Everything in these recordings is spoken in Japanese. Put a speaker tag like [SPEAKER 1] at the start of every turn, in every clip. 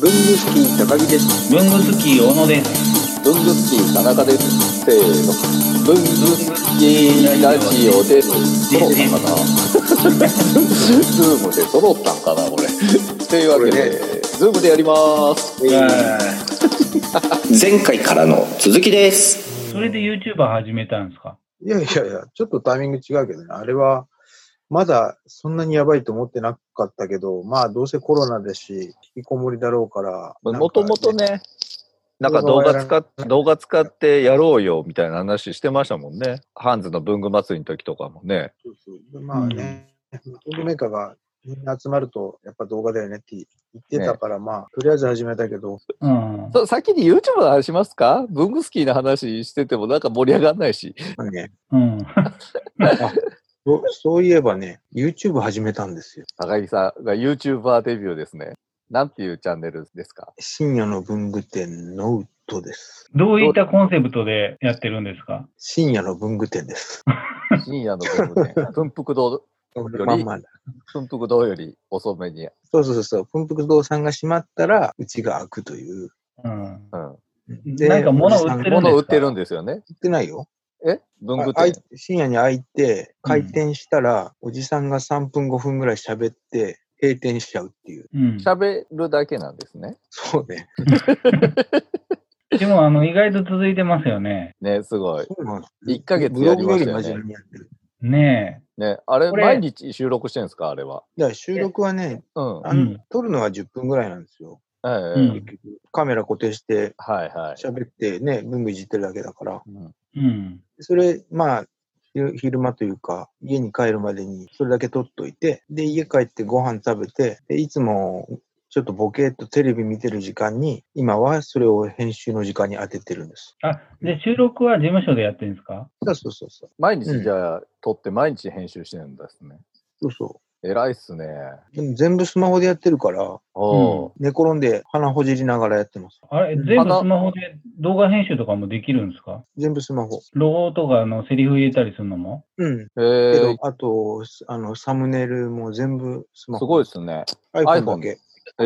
[SPEAKER 1] 文具スキー高木です
[SPEAKER 2] 文具好き小野です。
[SPEAKER 1] 文具スキー田中ですせーの文具スキーラジオです揃ったかなズームで揃ったんかなこれというわけで、ズームでやります
[SPEAKER 3] 前回からの続きです。
[SPEAKER 2] それで YouTuber 始めたんですか
[SPEAKER 4] いやいやいや、ちょっとタイミング違うけどね。あれは、まだそんなにやばいと思ってなかったけど、まあどうせコロナですし、引きこもりだろうから。
[SPEAKER 5] もともと
[SPEAKER 4] なんか。
[SPEAKER 5] ね、なんか動画使っ動画使ってやろうよみたいな話してましたもんね。ハンズの文具祭りの時とかもね。
[SPEAKER 4] そうそうまあね、トメーカーがみんな集まると、やっぱ動画だよねって言ってたから、まあ、とりあえず始めたけど、
[SPEAKER 2] うん。
[SPEAKER 5] さ先に YouTube の話しますか文具好きな話しててもなんか盛り上がんないし。
[SPEAKER 4] まあね、
[SPEAKER 2] うん。
[SPEAKER 4] そそういえばね、YouTube 始めたんですよ。
[SPEAKER 5] 高木さんが YouTuber デビューですね。なんていうチャンネルですか
[SPEAKER 4] 深夜の文具店ノートです。
[SPEAKER 2] どういったコンセプトでやってるんですか
[SPEAKER 4] 深夜の文具店です。
[SPEAKER 5] 深夜の文 具店。文福堂、
[SPEAKER 4] まんまだ。
[SPEAKER 5] 文福堂より遅めに。
[SPEAKER 4] そうそうそう、文福堂さんが閉まったら、うちが開くという。
[SPEAKER 2] うん。
[SPEAKER 5] うん。
[SPEAKER 4] で
[SPEAKER 2] なんか物売ってるんですか
[SPEAKER 5] 物売ってるんですよね。
[SPEAKER 4] 売ってないよ。
[SPEAKER 5] え文具
[SPEAKER 4] ああい
[SPEAKER 5] 店。
[SPEAKER 4] 深夜に開いて、
[SPEAKER 2] うん
[SPEAKER 4] 開店したら、おじさんが3分5分ぐらい喋って、閉店しちゃうっていう。
[SPEAKER 2] うん。
[SPEAKER 5] 喋るだけなんですね。
[SPEAKER 4] そうね。
[SPEAKER 2] でも、あの、意外と続いてますよね。
[SPEAKER 5] ね、すごい。
[SPEAKER 4] そうなんです
[SPEAKER 5] 一ヶ月やりましたよね
[SPEAKER 4] ブログより真面目にやってる。
[SPEAKER 2] ね
[SPEAKER 5] ね、あれ、
[SPEAKER 2] これ
[SPEAKER 5] 毎日収録してるんですかあれは。
[SPEAKER 4] だから収録はね、
[SPEAKER 5] うん。
[SPEAKER 4] あの
[SPEAKER 2] うん
[SPEAKER 4] 撮るのは10分ぐらいなんですよ。
[SPEAKER 5] ええ
[SPEAKER 2] うん
[SPEAKER 4] 結局カメラ固定して、
[SPEAKER 5] はいはい。
[SPEAKER 4] 喋ってね、文具いじってるだけだから。
[SPEAKER 5] うん
[SPEAKER 2] え。うん。
[SPEAKER 4] それ、まあ、昼昼間というか、家に帰るまでにそれだけ撮っといて、で、家帰ってご飯食べて、でいつもちょっとボケーっとテレビ見てる時間に、今はそれを編集の時間に当ててるんです。
[SPEAKER 2] あ、で、収録は事務所でやってるんですか
[SPEAKER 4] そうそうそうそう。
[SPEAKER 5] 毎
[SPEAKER 4] う
[SPEAKER 5] 日
[SPEAKER 4] ん
[SPEAKER 5] じゃあ撮って毎日編集してるんですね。
[SPEAKER 4] そうそ
[SPEAKER 5] 偉いっすね。
[SPEAKER 4] う。でも全部スマホでやってるから、
[SPEAKER 5] おう
[SPEAKER 4] 寝転んで鼻ほじりながらやってます。
[SPEAKER 2] あれ、全部スマホで動画編集とかもできるんですか
[SPEAKER 4] 全部スマホ。
[SPEAKER 2] ロゴとかあのセリフ入れたりするのも
[SPEAKER 4] うん。け
[SPEAKER 5] へ
[SPEAKER 4] ど、
[SPEAKER 5] え
[SPEAKER 4] あと、あの、サムネイルも全部スマ
[SPEAKER 5] す
[SPEAKER 4] ホ。
[SPEAKER 5] ごい
[SPEAKER 4] い。
[SPEAKER 5] っすね。
[SPEAKER 4] iPhone だけ。
[SPEAKER 5] え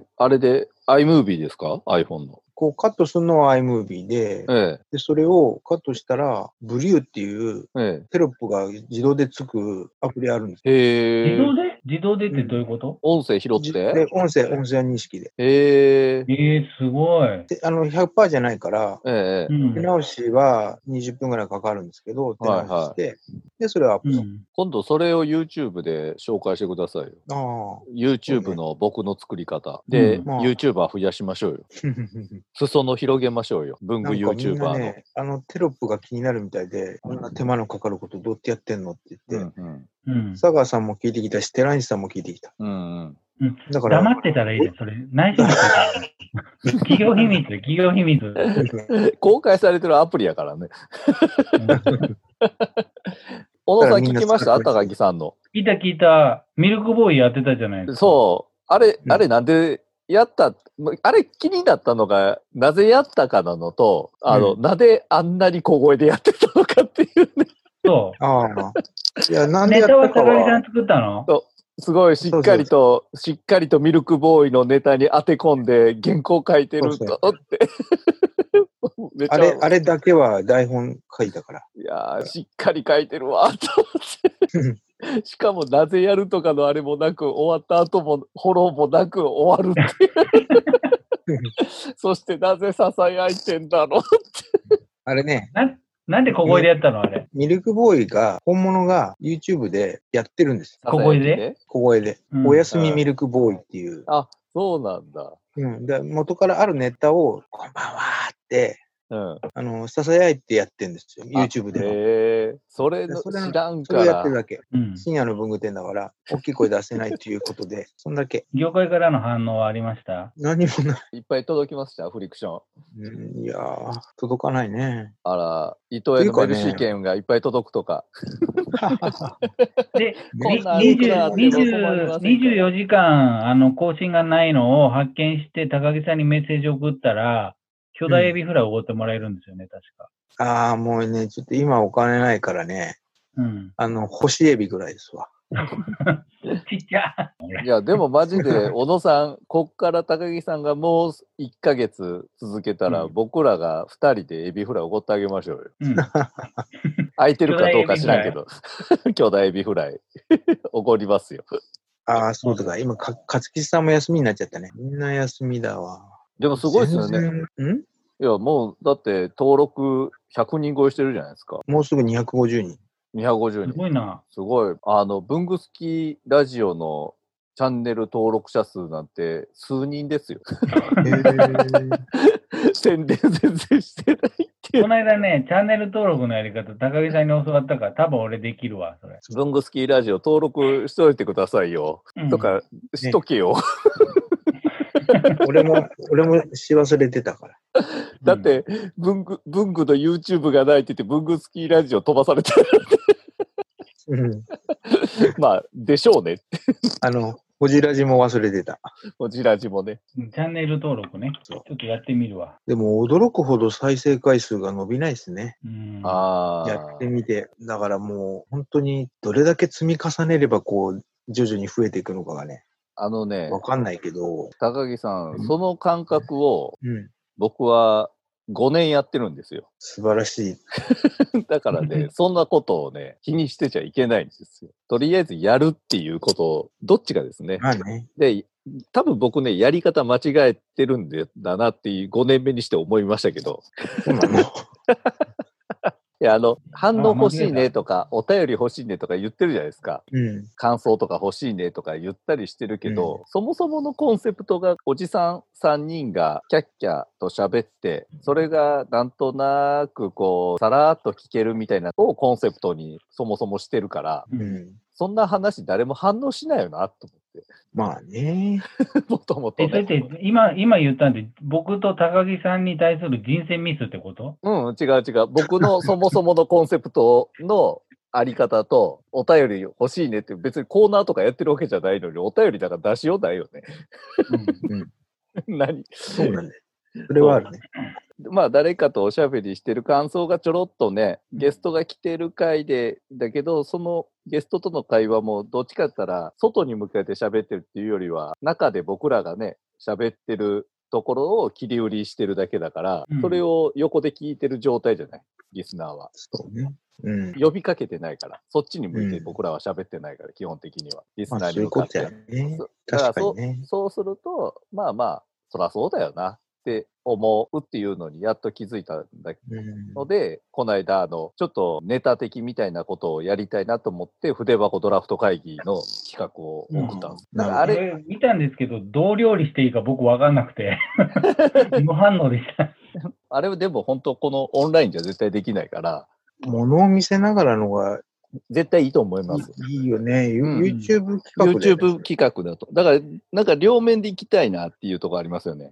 [SPEAKER 5] ー、あれで iMovie ですか ?iPhone の。
[SPEAKER 4] こうカットするのは iMovie で、
[SPEAKER 5] え
[SPEAKER 4] で、それをカットしたら、ブリューっていう
[SPEAKER 5] ええ
[SPEAKER 4] テロップが自動でつくアプリあるんです
[SPEAKER 5] えへ
[SPEAKER 2] 自動
[SPEAKER 5] え。
[SPEAKER 2] で自動でってどういうこと
[SPEAKER 5] 音声拾っ
[SPEAKER 4] よ。
[SPEAKER 5] て
[SPEAKER 4] で、音声、音声認識で。
[SPEAKER 5] へえ。
[SPEAKER 2] ええ、すごい。
[SPEAKER 4] で、あの、100%じゃないから、
[SPEAKER 5] ええ
[SPEAKER 2] う。ん
[SPEAKER 4] 手。直しは20分ぐらいかかるんですけど、手直しして、で、それはアッ
[SPEAKER 2] う
[SPEAKER 4] プ。
[SPEAKER 2] ん。
[SPEAKER 5] 今度それを YouTube で紹介してくださいよ。
[SPEAKER 4] あ
[SPEAKER 5] YouTube の僕の作り方。で、
[SPEAKER 2] うん
[SPEAKER 4] まあ
[SPEAKER 5] YouTuber 増やしましょうよ。
[SPEAKER 4] あ。
[SPEAKER 5] 裾野広げましょうよ。文具
[SPEAKER 4] なんかみん
[SPEAKER 5] YouTuber
[SPEAKER 4] な
[SPEAKER 5] の。
[SPEAKER 4] ね、あの、テロップが気になるみたいで、こんな手間のかかることどうやってやってんのって
[SPEAKER 5] う
[SPEAKER 4] 言って、
[SPEAKER 5] んうん
[SPEAKER 2] うん。
[SPEAKER 4] 佐川さんも聞いてきたし、寺西さんも聞いてきた。
[SPEAKER 5] うんうん。
[SPEAKER 4] だから、
[SPEAKER 2] 黙ってたらいいです、それ。内緒にしてたらいい企業秘密、企業秘密。
[SPEAKER 5] 公開されてるアプリやからね。小野さん聞きました高
[SPEAKER 4] だからみんな使ってる
[SPEAKER 5] 木さんの。
[SPEAKER 2] 聞いた聞いた、ミルクボーイやってたじゃないですか。
[SPEAKER 5] そう。あれ
[SPEAKER 4] う、ん
[SPEAKER 5] あれなんでやった、あれ気になったのが、なぜやったかなのと、あの、なぜあんなに小声でやってたのかっていうね、
[SPEAKER 2] そ
[SPEAKER 4] ああ。いや、な
[SPEAKER 2] う。
[SPEAKER 4] んで
[SPEAKER 2] ネ
[SPEAKER 4] やっ
[SPEAKER 2] タは
[SPEAKER 4] た
[SPEAKER 2] 高
[SPEAKER 4] か
[SPEAKER 2] 木さ
[SPEAKER 4] は
[SPEAKER 2] ん、作ったの
[SPEAKER 5] すごいしっかりと、しっかりとミルクボーイのネタに当て込んで原稿書いてる
[SPEAKER 4] そ
[SPEAKER 5] と
[SPEAKER 4] うそ
[SPEAKER 5] って。 めっちゃ
[SPEAKER 4] あれ、あれだけは台本書いたから。
[SPEAKER 5] いやー、しっかり書いてるわ、と思 って。しかも、なぜやるとかのあれもなく、終わった後も、フォローもなく終わるって いう。そして、なぜ囁いてんだろう。
[SPEAKER 4] あれね、
[SPEAKER 2] ななんで小声でやったのあれ。
[SPEAKER 4] ミルクボーイが、本物が YouTube でやってるんです。
[SPEAKER 2] 小
[SPEAKER 5] 囁
[SPEAKER 2] 声で
[SPEAKER 5] いてね
[SPEAKER 4] 小声で。
[SPEAKER 2] うん
[SPEAKER 4] おやすみミルクボーイっていう。
[SPEAKER 5] あ、 そうなんだ。
[SPEAKER 4] うん、で元からあるネタを、こんばんはーって、
[SPEAKER 5] うん。
[SPEAKER 4] あの、囁いてやってんですよ。
[SPEAKER 5] あ
[SPEAKER 4] YouTube では。
[SPEAKER 5] へえそれの
[SPEAKER 4] それ
[SPEAKER 5] 知らん
[SPEAKER 4] そ
[SPEAKER 5] か
[SPEAKER 4] れをやってる
[SPEAKER 5] ら。
[SPEAKER 4] だけ。
[SPEAKER 2] うん。
[SPEAKER 4] 深夜の文具店だから、大きい声出せないということで、そんだけ。
[SPEAKER 2] 業界からの反応はありました
[SPEAKER 4] 何もない。
[SPEAKER 5] いっぱい届きました、フリクション。
[SPEAKER 4] うんいやー、届かないね。
[SPEAKER 5] あら、伊藤へのメルシー券がいっぱい届くとか。
[SPEAKER 2] で、
[SPEAKER 5] こんな
[SPEAKER 2] に
[SPEAKER 5] いくらあ
[SPEAKER 2] 20
[SPEAKER 5] っても困りませんから
[SPEAKER 2] 20 24時間、あの、更新がないのを発見して、高木さんにメッセージ送ったら、巨大エビフライをおごってもらえるんですよね、確か。
[SPEAKER 4] あー、もうね、ちょっと今お金ないからね、
[SPEAKER 2] うん。
[SPEAKER 4] あの、干しエビぐらいですわ。
[SPEAKER 2] ちちっちゃ。
[SPEAKER 5] いや、でもマジ で、小野さん、こっから高木さんがもう1ヶ月続けたら、
[SPEAKER 2] うん
[SPEAKER 5] 僕らが2人でエビフライおごってあげましょうよ。
[SPEAKER 2] うん。
[SPEAKER 5] 空いてるかどうか知らんけど、 巨大エビフライ、おごりますよ。
[SPEAKER 4] ああ、そうだから、今、か、勝木さんも休みになっちゃったね。みんな休みだわ。
[SPEAKER 5] でもすごいですよね。
[SPEAKER 4] 全然。ん
[SPEAKER 5] いや、もう、だって、登録100人超えしてるじゃないですか。
[SPEAKER 4] もうすぐ250人。
[SPEAKER 5] 250
[SPEAKER 2] す
[SPEAKER 5] 人。
[SPEAKER 2] ごいな。
[SPEAKER 5] すごい。あの、文具好きラジオのチャンネル登録者数なんて数人ですよ。
[SPEAKER 4] へー
[SPEAKER 5] 宣伝全然してないってい
[SPEAKER 2] こ
[SPEAKER 5] う。
[SPEAKER 2] の間ね、チャンネル登録のやり方、高木さんに教わったから、多分俺できるわ、それ。
[SPEAKER 5] 文具好きラジオ登録しといてくださいよ。
[SPEAKER 2] うん
[SPEAKER 5] とか、しとけよ。
[SPEAKER 4] 俺も、俺もし忘れてたから。
[SPEAKER 5] だっ、て、文具、文具の YouTube がないって言って、文具好きラジオ飛ばされて
[SPEAKER 4] うん。
[SPEAKER 5] まあ、でしょうね。
[SPEAKER 4] あの、ホジラジも忘れてた。
[SPEAKER 5] こちらじもね。
[SPEAKER 2] うんチャンネル登録ね。ち
[SPEAKER 4] そう
[SPEAKER 2] ょっとやってみるわ。
[SPEAKER 4] でも、驚くほど再生回数が伸びないですね。
[SPEAKER 2] うん。
[SPEAKER 5] あ
[SPEAKER 4] や
[SPEAKER 5] あ
[SPEAKER 4] って。みて。だからもう、本当に、どれだけ積み重ねれば、こう、徐々に増えていくのかがね、
[SPEAKER 5] あのね、
[SPEAKER 4] わかんないけど、
[SPEAKER 5] 高木さ
[SPEAKER 4] うん
[SPEAKER 5] ん、その感覚を
[SPEAKER 4] うん。
[SPEAKER 5] 僕は5年やってるんですよ。
[SPEAKER 4] 素晴らしい。
[SPEAKER 5] だからね、そんなことをね、気にしてちゃいけないんですよ。とりあえずやるっていうことを、どっちかですね。
[SPEAKER 4] ま あね。
[SPEAKER 5] で、多分僕ね、やり方間違えてるんでだなっていう5年目にして思いましたけど、
[SPEAKER 4] そうなの。
[SPEAKER 5] いや、あの、反応欲しいねとか、お便り欲しいねとか言ってるじゃないですか。
[SPEAKER 4] うん。
[SPEAKER 5] 感想とか欲しいねとか言ったりしてるけど、
[SPEAKER 4] う
[SPEAKER 5] そもそものコンセプトがおじさん3人がキャッキャと喋ってそれがなんとなくこうさらっと聞けるみたいなのをコンセプトにそもそもしてるから
[SPEAKER 2] うん
[SPEAKER 4] うん。
[SPEAKER 5] そんな話誰も反応しないよなと思
[SPEAKER 4] まあね。
[SPEAKER 5] って もともと
[SPEAKER 2] え、それ
[SPEAKER 5] ね
[SPEAKER 2] って、今、今言ったんで、僕と高木さんに対する人選ミスってこと
[SPEAKER 5] うん違う違う僕のそもそものコンセプトのあり方とお便り欲しいねって別にコーナーとかやってるわけじゃないのにお便りだから出しようないよね何
[SPEAKER 4] そうなんだよ。それはあるね。
[SPEAKER 5] まあ誰かとおしゃべりしてる感想がちょろっとね、ゲストが来てる回で、だけど、そのゲストとの会話もどっちかって言ったら、外に向けて喋ってるっていうよりは、中で僕らがね、喋ってるところを切り売りしてるだけだから
[SPEAKER 2] うん、
[SPEAKER 5] それを横で聞いてる状態じゃない、リスナーは。
[SPEAKER 4] そうね。うん。
[SPEAKER 5] 呼びかけてないから、そっちに向いて
[SPEAKER 4] うん
[SPEAKER 5] 僕らは喋ってないから、基本的には。リス
[SPEAKER 4] ま
[SPEAKER 5] ナ
[SPEAKER 4] あ、
[SPEAKER 5] ー
[SPEAKER 4] そ
[SPEAKER 5] に
[SPEAKER 4] うい
[SPEAKER 5] 向
[SPEAKER 4] うこ
[SPEAKER 5] かっ
[SPEAKER 4] と
[SPEAKER 5] て。
[SPEAKER 4] やね。
[SPEAKER 5] だから
[SPEAKER 4] 確かにね。
[SPEAKER 5] そうすると、まあまあ、そらそうだよなって思うっていうのにやっと気づいたんだ
[SPEAKER 4] うん
[SPEAKER 5] ので、この間、あの、ちょっとネタ的みたいなことをやりたいなと思って、筆箱ドラフト会議の企画を送ったんです。
[SPEAKER 4] うん
[SPEAKER 5] だからあ
[SPEAKER 2] あ
[SPEAKER 5] れ、
[SPEAKER 2] れ見たんですけど、どう料理していいか僕わかんなくて。無反応でした。
[SPEAKER 5] あれはでも本当このオンラインじゃ絶対できないから、
[SPEAKER 4] 物を見せながらのが
[SPEAKER 5] 絶対いいと思います。
[SPEAKER 4] いいよね。ゆ
[SPEAKER 5] うん
[SPEAKER 4] YouTube 企画だよね
[SPEAKER 5] YouTube 企画だと。だから、なんか両面で行きたいなっていうところありますよね。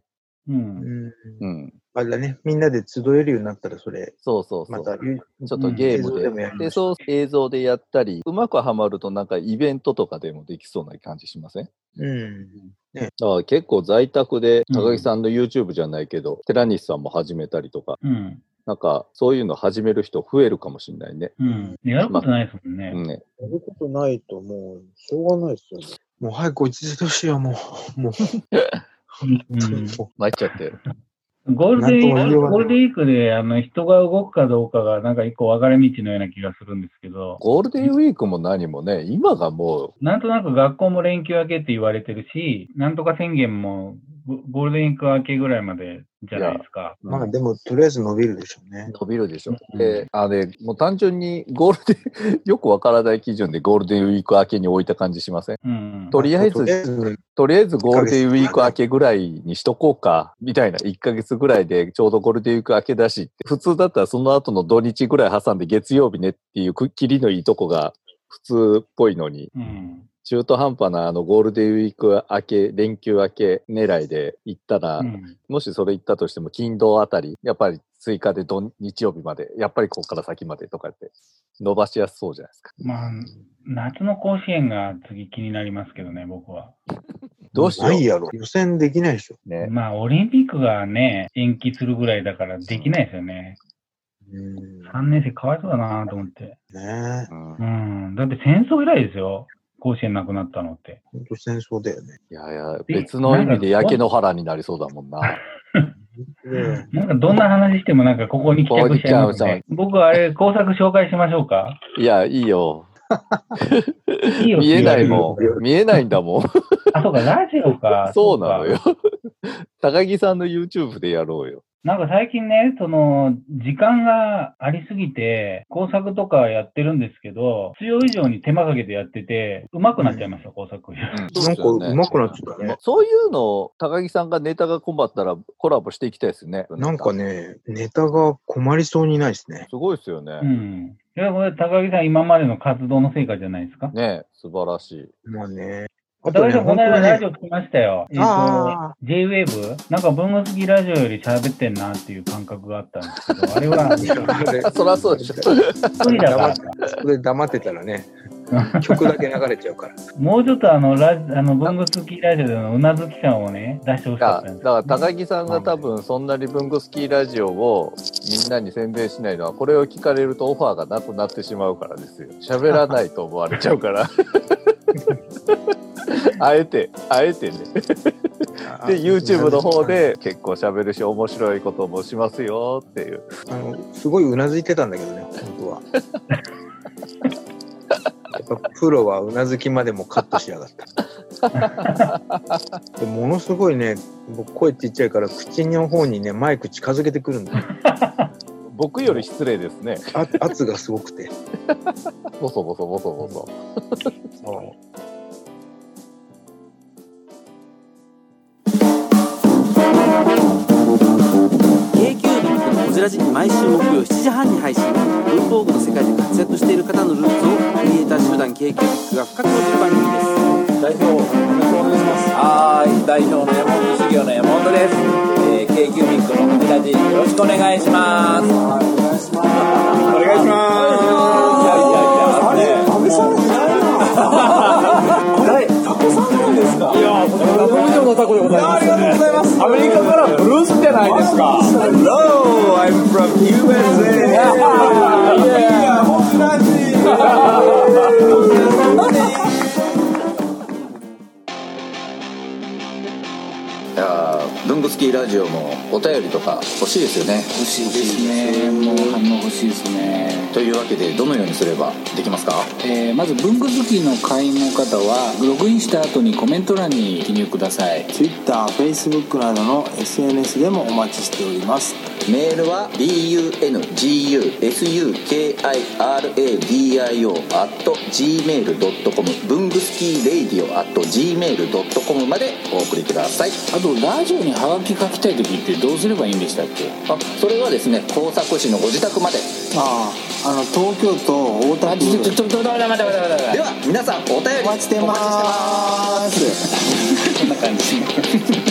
[SPEAKER 2] うん。
[SPEAKER 4] うん。
[SPEAKER 5] うん。
[SPEAKER 4] あれだね。みんなで集えるようになったら、それ、
[SPEAKER 5] そうそうそ
[SPEAKER 4] ま
[SPEAKER 5] う。
[SPEAKER 4] た、ゆ
[SPEAKER 5] ちょっとゲーム
[SPEAKER 4] 映像でもや
[SPEAKER 5] で。
[SPEAKER 4] りましょう
[SPEAKER 5] で、そう、映像でやったり、うまくはまるとなんかイベントとかでもできそうな感じしません
[SPEAKER 4] うん。
[SPEAKER 5] だから結構在宅で
[SPEAKER 2] うん
[SPEAKER 5] 高木さんの YouTube じゃないけど、寺西さんも始めたりとか、
[SPEAKER 2] うん。
[SPEAKER 5] なんかそういうの始める人増えるかもしれないね。
[SPEAKER 2] うん。やることないですもんね
[SPEAKER 5] う。んね、
[SPEAKER 4] やることないと、もう、しょうがないですよね。もう早く落ち着いてほしいよ、もう。もう、
[SPEAKER 2] うん
[SPEAKER 4] も
[SPEAKER 5] 参っちゃって。
[SPEAKER 2] ゴールデンウィ
[SPEAKER 4] なんとも
[SPEAKER 2] ーク、
[SPEAKER 4] 言えない
[SPEAKER 2] ゴールデンウィークで、あの、人が動くかどうかが、なんか一個分かれ道のような気がするんですけど、
[SPEAKER 5] ゴールデンウィークも何もね、今がも
[SPEAKER 2] なんとなく学校も連休明けって言われてるし、なんとか宣言もゴゴールデンウィーク明けぐらいまでじゃないですか。
[SPEAKER 5] う、
[SPEAKER 4] う まあ、でも、とりあえず伸びるでしょうね。
[SPEAKER 5] 伸びるでしょ。
[SPEAKER 2] うん
[SPEAKER 5] で、あれ、もう単純にゴールデン、 よくわからない基準でゴールデンウィーク明けに置いた感じしません
[SPEAKER 2] うん。
[SPEAKER 5] とりあえず
[SPEAKER 4] とりあえず、
[SPEAKER 5] とりあえずゴールデンウィーク明けぐらいにしとこうか、みたいな。1ヶ月ぐらいでちょうどゴールデンウィーク明けだしって、普通だったらその後の土日ぐらい挟んで月曜日ねっていうくっきりのいいとこが普通っぽいのに、
[SPEAKER 2] うん。
[SPEAKER 5] 中途半端なあのゴールデンウィーク明け、連休明け狙いで行ったら、
[SPEAKER 2] うん
[SPEAKER 5] もしそれ行ったとしても金土あたり、やっぱり追加で土日曜日まで、やっぱりここから先までとかって伸ばしやすそうじゃないですか。
[SPEAKER 2] まあ、夏の甲子園が次気になりますけどね、僕は。
[SPEAKER 5] どうしよう
[SPEAKER 4] ないやろ。予選できないでしょ。
[SPEAKER 5] ね。
[SPEAKER 2] まあ、オリンピックがね、延期するぐらいだからできないですよね。
[SPEAKER 4] うん。
[SPEAKER 2] 3年生かわいそうだなと思って。
[SPEAKER 4] ね
[SPEAKER 5] うん
[SPEAKER 2] うん。だって戦争以来ですよ。甲子園なくなったのって。
[SPEAKER 4] 本当戦争だよね。
[SPEAKER 5] いやいや、
[SPEAKER 2] え
[SPEAKER 5] 別の意味で焼け野原になりそうだもんな。
[SPEAKER 4] で
[SPEAKER 2] なんかどんな話してもなんかここに帰着しちゃいますね。僕はあれ、工作紹介しましょうか。
[SPEAKER 5] いや、いいよ。
[SPEAKER 2] いいよ
[SPEAKER 5] 見えないもん。見えないんだもん。。
[SPEAKER 2] あ、そうか、ラジオか
[SPEAKER 5] そうなの
[SPEAKER 2] か
[SPEAKER 5] よ。。高木さんの YouTube でやろうよ。
[SPEAKER 2] なんか最近ね、その、時間がありすぎて、工作とかやってるんですけど、必要以上に手間かけてやってて、上手くなっちゃいました、工作。
[SPEAKER 4] なんか上手くなっちゃったね。
[SPEAKER 5] そういうの、高木さんがネタが困ったらコラボしていきたいですね。
[SPEAKER 4] なんか。ね、ネタが困りそうにないですね。
[SPEAKER 5] すごいですよね。
[SPEAKER 2] うん。いや、これ、高木さん、今までの活動の成果じゃないですか。
[SPEAKER 5] ねえ素晴らしい。
[SPEAKER 4] まあね。あと
[SPEAKER 2] 高木
[SPEAKER 4] ね、
[SPEAKER 2] さん、こ
[SPEAKER 4] 本
[SPEAKER 2] の
[SPEAKER 4] 当
[SPEAKER 2] 間
[SPEAKER 4] に
[SPEAKER 2] ラジ
[SPEAKER 4] ね、
[SPEAKER 2] オ聞きましたよ。えっ、
[SPEAKER 4] あ
[SPEAKER 2] と、J-Wave? なんか、文具好きラジオより喋ってんなっていう感覚があったんですけ ど、あれは、
[SPEAKER 5] そらそうでしょ。
[SPEAKER 2] 無理だから。
[SPEAKER 4] そこで黙ってたら ね、曲だけ流れちゃうから。
[SPEAKER 2] もうちょっとあの、ラジあの、文具好きラジオでのうなずき感をね、出してほしか
[SPEAKER 5] だから
[SPEAKER 2] ったんで
[SPEAKER 5] だ
[SPEAKER 2] す
[SPEAKER 5] から高木さんが多分そんなに文具スキーラジオをみんなに宣伝しないのはこれを聞かれるとオファーがなくなってしまうからですよ喋らないと思われちゃうから あえてあえてね で YouTube の方。で結構喋るし面白いこともしますよっていう
[SPEAKER 4] あの、すごいうなずいてたんだけどね、本 当は。やっぱプロはうなずきまでもカットしやがった。 でものすごいね、僕声ちっちゃいから口の方にね、マイク近づけてくるんだよ。
[SPEAKER 5] 僕より失礼ですね
[SPEAKER 4] あ圧がすごくて。
[SPEAKER 5] ボソボソボソボソ
[SPEAKER 4] Oh.
[SPEAKER 6] ー k q b のこじらじ毎週木曜7時半に配信文房具の世界で活躍している方のルーツをクリエイター集団 k q b が深く掘る番組です
[SPEAKER 7] 代表、よろしくお願いします。はい、代表の山本修行の山本です。えー、k q ミックのこちらじ、よろしくお願いします。はい、お願いします。お願いします。いやいやいや、あれ、食べされてないな。誰、タコさんなんですかいや、タコ以上のタコでございます、ありがとうございます。アメリカからブルースじゃないですか。Hello, I'm from USA. い や、こちらじ。
[SPEAKER 1] いやー文具好きラジオもお便りとか欲しいですよね
[SPEAKER 8] 欲しいですねもう反応欲しいですね、
[SPEAKER 1] というわけでどのようにすればできますか
[SPEAKER 8] えーまず文具好きの会員の方はログインした後にコメント欄に記入ください
[SPEAKER 6] TwitterFacebook などの SNS でもお待ちしております
[SPEAKER 1] メールは bungusukiradio.gmail.com 文具スキーレイディオ at .gmail.com までお送りください
[SPEAKER 8] あとラジオにハガキ書きたい時ってどうすればいいんでしたっけ
[SPEAKER 1] あそれはですね工作士のご自宅まで
[SPEAKER 6] あああの東京都大田
[SPEAKER 8] あちょっと
[SPEAKER 6] 区
[SPEAKER 8] ちょっと待って待って待って待って
[SPEAKER 1] では皆さんお便り
[SPEAKER 6] お待ちして
[SPEAKER 1] お
[SPEAKER 6] ま
[SPEAKER 1] 待ちしてます
[SPEAKER 6] す
[SPEAKER 8] こんな感じ